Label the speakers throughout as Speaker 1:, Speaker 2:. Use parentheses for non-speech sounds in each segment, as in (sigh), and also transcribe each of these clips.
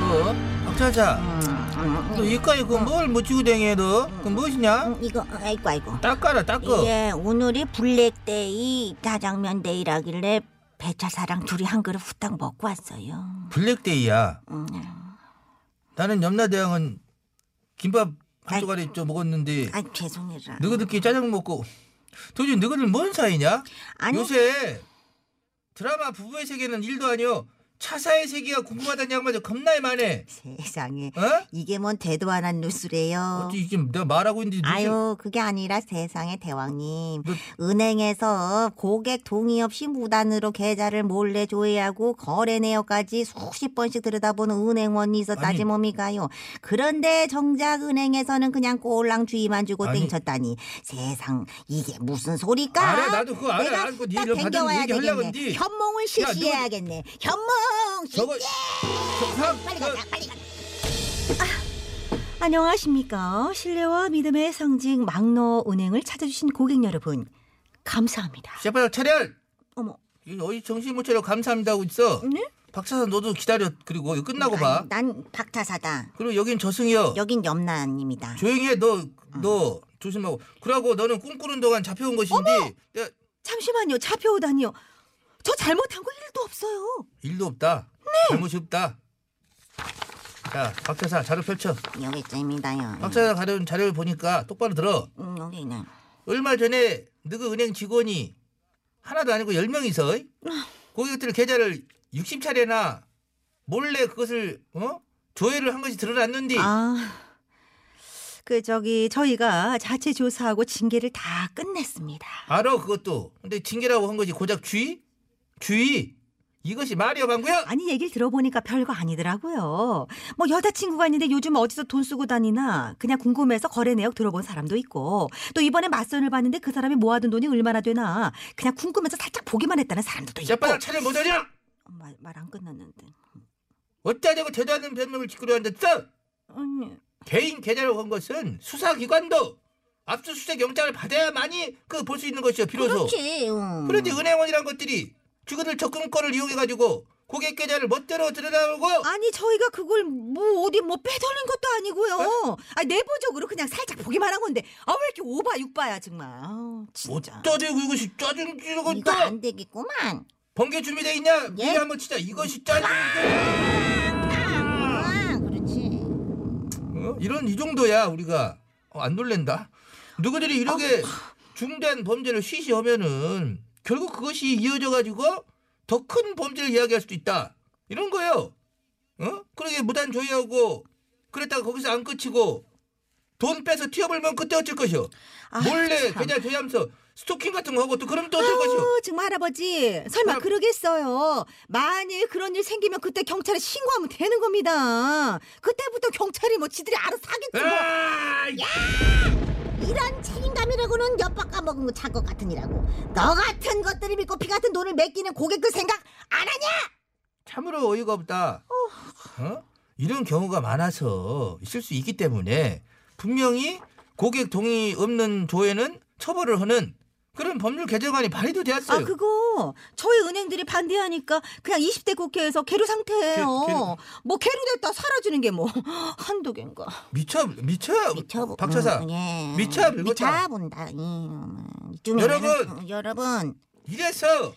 Speaker 1: 어? 박찰자 너 이까이
Speaker 2: 어.
Speaker 1: 그뭘 묻히고 댕해 너? 그 무엇이냐?
Speaker 2: 이거 아이고 아이고
Speaker 1: 닦아라 닦어
Speaker 2: 어. 예 오늘이 블랙데이 짜장면 데이라길래 배차사랑 둘이 한 그릇 후딱 먹고 왔어요
Speaker 1: 블랙데이야
Speaker 2: 어.
Speaker 1: 나는 염라대왕은 김밥 한
Speaker 2: 아이.
Speaker 1: 조각이 좀 먹었는데
Speaker 2: 아 죄송해라
Speaker 1: 너희들끼리 짜장 먹고 도대체 너희들 뭔 사이냐?
Speaker 2: 아니.
Speaker 1: 요새 드라마 부부의 세계는 일도 아니오 차사의 세계가 궁금하다는 양마저 겁나이 많네
Speaker 2: 세상에
Speaker 1: 어?
Speaker 2: 이게 뭔 대도 안 한 뉴스래요
Speaker 1: 어찌 지금 내가 말하고 있는데 무슨-
Speaker 2: 아유 그게 아니라 세상에 대왕님
Speaker 1: 뭐-
Speaker 2: 은행에서 고객 동의 없이 무단으로 계좌를 몰래 조회하고 거래 내역까지 수십 번씩 들여다보는 은행원이
Speaker 1: 아니.
Speaker 2: 있었다지 몸이가요 그런데 정작 은행에서는 그냥 꼴랑 주의만 주고
Speaker 1: 아니.
Speaker 2: 땡쳤다니 세상 이게 무슨 소리까
Speaker 1: 알아, 나도 그거 알아.
Speaker 2: 내가
Speaker 1: 알고 네
Speaker 2: 딱
Speaker 1: 일을 받은
Speaker 2: 댕겨와야
Speaker 1: 얘기 하려고
Speaker 2: 되겠네
Speaker 1: 했는데.
Speaker 2: 현몽을
Speaker 1: 야,
Speaker 2: 실시해야겠네 현몽 실시
Speaker 1: 저거 저 사람
Speaker 2: 빨리
Speaker 1: 저-
Speaker 2: 가자 빨리 가자 아, 안녕하십니까. 신뢰와 믿음의 상징 막노 은행을 찾아주신 고객 여러분 감사합니다.
Speaker 1: 셰프랑 차렷
Speaker 2: 어머.
Speaker 1: 이 어디 정신 못 차려 감사합니다 하고 있어.
Speaker 2: 네?
Speaker 1: 박사선 너도 기다려. 그리고 이거 끝나고 봐.
Speaker 2: 아니, 난 박타사다.
Speaker 1: 그리고 여긴 저승이여.
Speaker 2: 여긴 염라입니다.
Speaker 1: 조용히 해. 너,
Speaker 2: 어.
Speaker 1: 너 조심하고. 그러고 너는 꿈꾸는 동안 잡혀온 것인데 내가
Speaker 2: 잠시만요. 잡혀오다니요. 저 잘못한 거 1도 없어요.
Speaker 1: 일도 없다.
Speaker 2: 네.
Speaker 1: 잘못이 없다. 자, 박사사 자료 펼쳐.
Speaker 2: 여기 있습니다요.
Speaker 1: 박사사 자료, 자료를 보니까 똑바로 들어.
Speaker 2: 음, 여기는
Speaker 1: 얼마 전에 너그 은행 직원이 하나도 아니고 열명이서
Speaker 2: 어.
Speaker 1: 고객들 계좌를 60차례나 몰래 그것을 어? 조회를 한 것이 드러났는데
Speaker 2: 아. 그 저기 저희가 자체 조사하고 징계를 다 끝냈습니다.
Speaker 1: 알아 그것도 근데 징계라고 한 거지 고작 주의 주의 이것이 말이여 방구야
Speaker 2: 아니 얘기를 들어보니까 별거 아니더라고요. 뭐 여자친구가 있는데 요즘 어디서 돈 쓰고 다니나 그냥 궁금해서 거래 내역 들어본 사람도 있고 또 이번에 맞선을 봤는데 그 사람이 모아둔 돈이 얼마나 되나 그냥 궁금해서 살짝 보기만 했다는 사람들도 있고 어,
Speaker 1: 자빠닥 차를 못하냐
Speaker 2: 말 안 끝났는데
Speaker 1: 어쩌자고 대단한 변명을 짓거려 앉았어
Speaker 2: 아니
Speaker 1: 개인 계좌라고 한 것은 수사기관도 압수수색 영장을 받아야만이 그 볼 수 있는 것이요 비로소
Speaker 2: 그렇지 응.
Speaker 1: 그런데 은행원이란 것들이 주거들 적금권을 이용해가지고 고객 계좌를 멋대로 들여다보고
Speaker 2: 아니 저희가 그걸 뭐 어디 뭐 빼돌린 것도 아니고요
Speaker 1: 네?
Speaker 2: 아 내부적으로 그냥 살짝 보기만 한 건데 아 왜 이렇게 오바 육바야 정말 아우, 진짜
Speaker 1: 어쩌자고 이것이 짜증지는 것도
Speaker 2: 되겠구만
Speaker 1: 번개 준비돼 있냐
Speaker 2: 예.
Speaker 1: 미리 한번 치자 이것이 짜증
Speaker 2: 아 그렇지
Speaker 1: 어? 이런 이 정도야 우리가 어, 안 놀랜다. 누구들이 이렇게
Speaker 2: 아.
Speaker 1: 중대한 범죄를 쉬쉬하면은 결국 그것이 이어져 가지고 더 큰 범죄를 이야기할 수도 있다. 이런 거예요. 어? 그러게 무단 조이하고 그랬다가 거기서 안 끝이고 돈 빼서 튀어불면 그때 어쩔 것이오.
Speaker 2: 아,
Speaker 1: 몰래
Speaker 2: 참.
Speaker 1: 계좌 조이하면서 스토킹 같은 거 하고 또 그럼 또 어쩔 것이오.
Speaker 2: 아유, 정말 할아버지 설마
Speaker 1: 그럼-
Speaker 2: 그러겠어요 만일 그런 일 생기면 그때 경찰에 신고하면 되는 겁니다 그때부터 경찰이 뭐 지들이 알아서 하겠지 뭐
Speaker 1: 아!
Speaker 2: 이런 책임감이라고는 엿박아 먹은 거 자것 같으니라고 너 같은 것들이 믿고 피 같은 돈을 맡기는 고객 그 생각 안 하냐
Speaker 1: 참으로 어이가 없다. 어? 이런 경우가 많아서 있을 수 있기 때문에 분명히 고객 동의 없는 조회는 처벌을 하는 그런 법률 개정안이 발의도 되었어요.
Speaker 2: 아 그거 저희 은행들이 반대하니까 그냥 20대 국회에서 개류 상태예요
Speaker 1: 개- 개류.
Speaker 2: 뭐 개류됐다 사라지는 게 뭐 (laughs) 한두 개인가
Speaker 1: 미쳐 미쳐
Speaker 2: 미쳐보-
Speaker 1: 박차사
Speaker 2: 음, 예.
Speaker 1: 미쳐 밀었다.
Speaker 2: 미쳐본다. 예, 음, 이쯤에
Speaker 1: 여러분!
Speaker 2: 어, 여러분.
Speaker 1: 이래서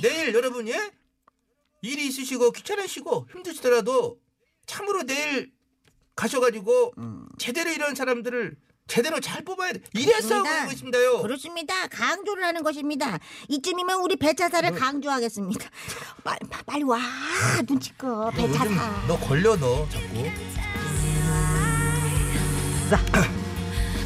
Speaker 1: 내일 여러분 예 일이 있으시고 귀찮으시고 힘드시더라도 참으로 내일 가셔가지고
Speaker 2: 음.
Speaker 1: 제대로 이런 사람들을 제대로 잘 뽑아야 돼. 이래서
Speaker 2: 그렇습니다.
Speaker 1: 그런
Speaker 3: 어.
Speaker 1: 것입니다요.
Speaker 2: 그렇습니다. 강조를 하는 것입니다. 이쯤이면 우리 배차사를
Speaker 3: 뭐-
Speaker 2: 강조하겠습니다. (laughs) 빨리, 빨리 와. 눈치껏
Speaker 3: 뭐
Speaker 1: 너 요즘
Speaker 2: 배차사.
Speaker 1: 너 걸려 너 자꾸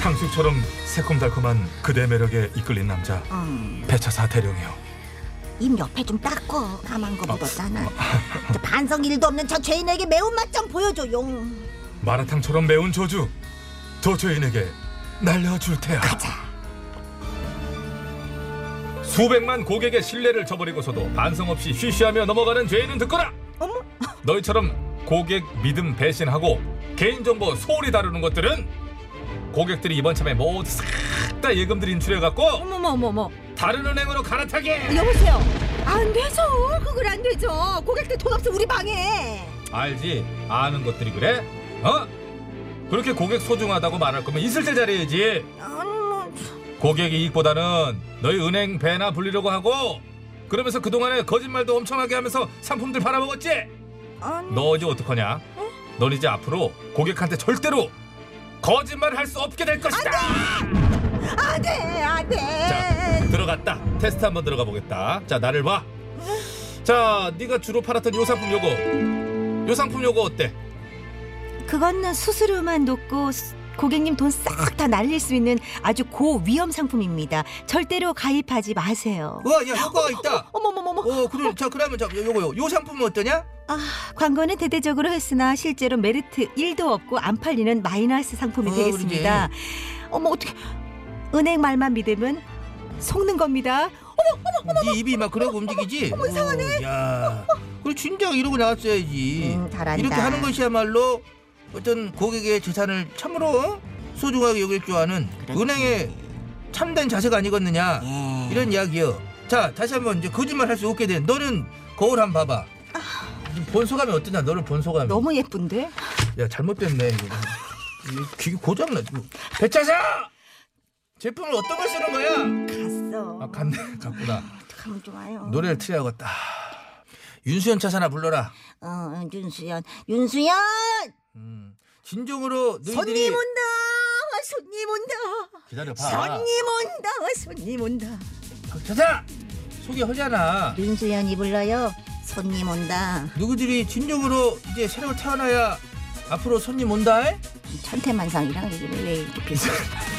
Speaker 4: 탕수처럼 새콤달콤한 그대 매력에 이끌린 남자
Speaker 2: 음.
Speaker 4: 배차사 대령이요 입 옆에 좀 닦고 까만 거 묻었잖아.
Speaker 3: 뭐.
Speaker 4: 저 반성 일도 없는 저 죄인에게 매운맛 좀 보여줘 용.
Speaker 3: 마라탕처럼 매운 저주 저 죄인에게 날려줄 테야 수백만 고객의 신뢰를 저버리고서도 반성 없이 쉬쉬하며 넘어가는 죄인은 듣거라 너희처럼 고객 믿음 배신하고 개인정보 소홀히 다루는 것들은 고객들이 이번 참에 모두 싹 다 예금 들인출해갖고
Speaker 2: 어머머머머.
Speaker 3: 다른 은행으로 갈아타게
Speaker 4: 여보세요. 안 되죠. 그걸 안 되죠. 고객들 돈 없으면 우리 방해.
Speaker 3: 알지 아는 것들이 그래 어 그렇게 고객 소중하다고 말할 거면 있을 때 잘해야지
Speaker 4: 아니 뭐
Speaker 3: 고객 이익보다는 너희 은행 배나 불리려고 하고 그러면서 그동안에 거짓말도 엄청나게 하면서 상품들 팔아먹었지?
Speaker 4: 아니.
Speaker 3: 너 이제 어떡하냐? 넌 이제 앞으로 고객한테 절대로 거짓말 할 수 없게 될 것이다!
Speaker 4: 안 돼, 안
Speaker 3: 자,
Speaker 4: 돼.
Speaker 3: 들어갔다. 테스트 한번 들어가 보겠다. 자, 나를 봐. 자, 네가 주로 팔았던 요 상품 요거. 요 상품 요거 어때?
Speaker 2: 그건 수수료만 높고 수- 고객님 돈 싹 다 날릴 수 있는 아주 고위험 상품입니다. 절대로 가입하지 마세요.
Speaker 1: 와, 야, 효과가 있다.
Speaker 2: 어머머머머.
Speaker 1: 어, 그래. 자, 그러면 자, 요- 요거 요요 상품은 어떠냐?
Speaker 2: 아, 광고는 대대적으로 했으나 실제로 메리트 1도 없고 안 팔리는 마이너스 상품이
Speaker 1: 어,
Speaker 2: 되겠습니다. 어머 어떻게 은행 말만 믿으면 속는 겁니다.
Speaker 1: 네 입이 막 그러고 움직이지. 어머, 이상하네. 야, 그래 진작 이러고 나왔어야지.
Speaker 4: 음, 잘한다.
Speaker 1: 이렇게 하는 것이야말로 어떤 고객의 재산을 참으로 소중하게 여길 줄 아는 은행의 참된 자세가 아니겠느냐
Speaker 4: 예.
Speaker 1: 이런 이야기요. 자, 다시 한번 이제 거짓말 할 수 없게 된 너는 거울 한번 봐봐. 본 소감이 어떠냐? 너를 본 소감이.
Speaker 2: 너무 예쁜데?
Speaker 1: 야 잘못됐네 이거. 이 귀 고장나 지금. 배차사 제품을 어떤 걸 쓰는
Speaker 4: 갔어.
Speaker 1: 거야? 아 갔네 갔구나.
Speaker 4: 가면 좋아요.
Speaker 1: 노래를 틀어야겠다. 윤수연 차사나 불러라.
Speaker 4: 어, 윤수연, 윤수연.
Speaker 1: 음, 진정으로 너희들이
Speaker 4: 손님 온다. 손님 온다.
Speaker 1: 기다려봐.
Speaker 4: 손님 온다. 손님 온다.
Speaker 1: 차사 소개하잖아.
Speaker 4: 윤수연이 불러요. 손님 온다.
Speaker 1: 누구들이 진정으로 이제 새로 태어나야 앞으로 손님 온다. 에?
Speaker 4: 천태만상이랑 이게 왜 이렇게 비슷해?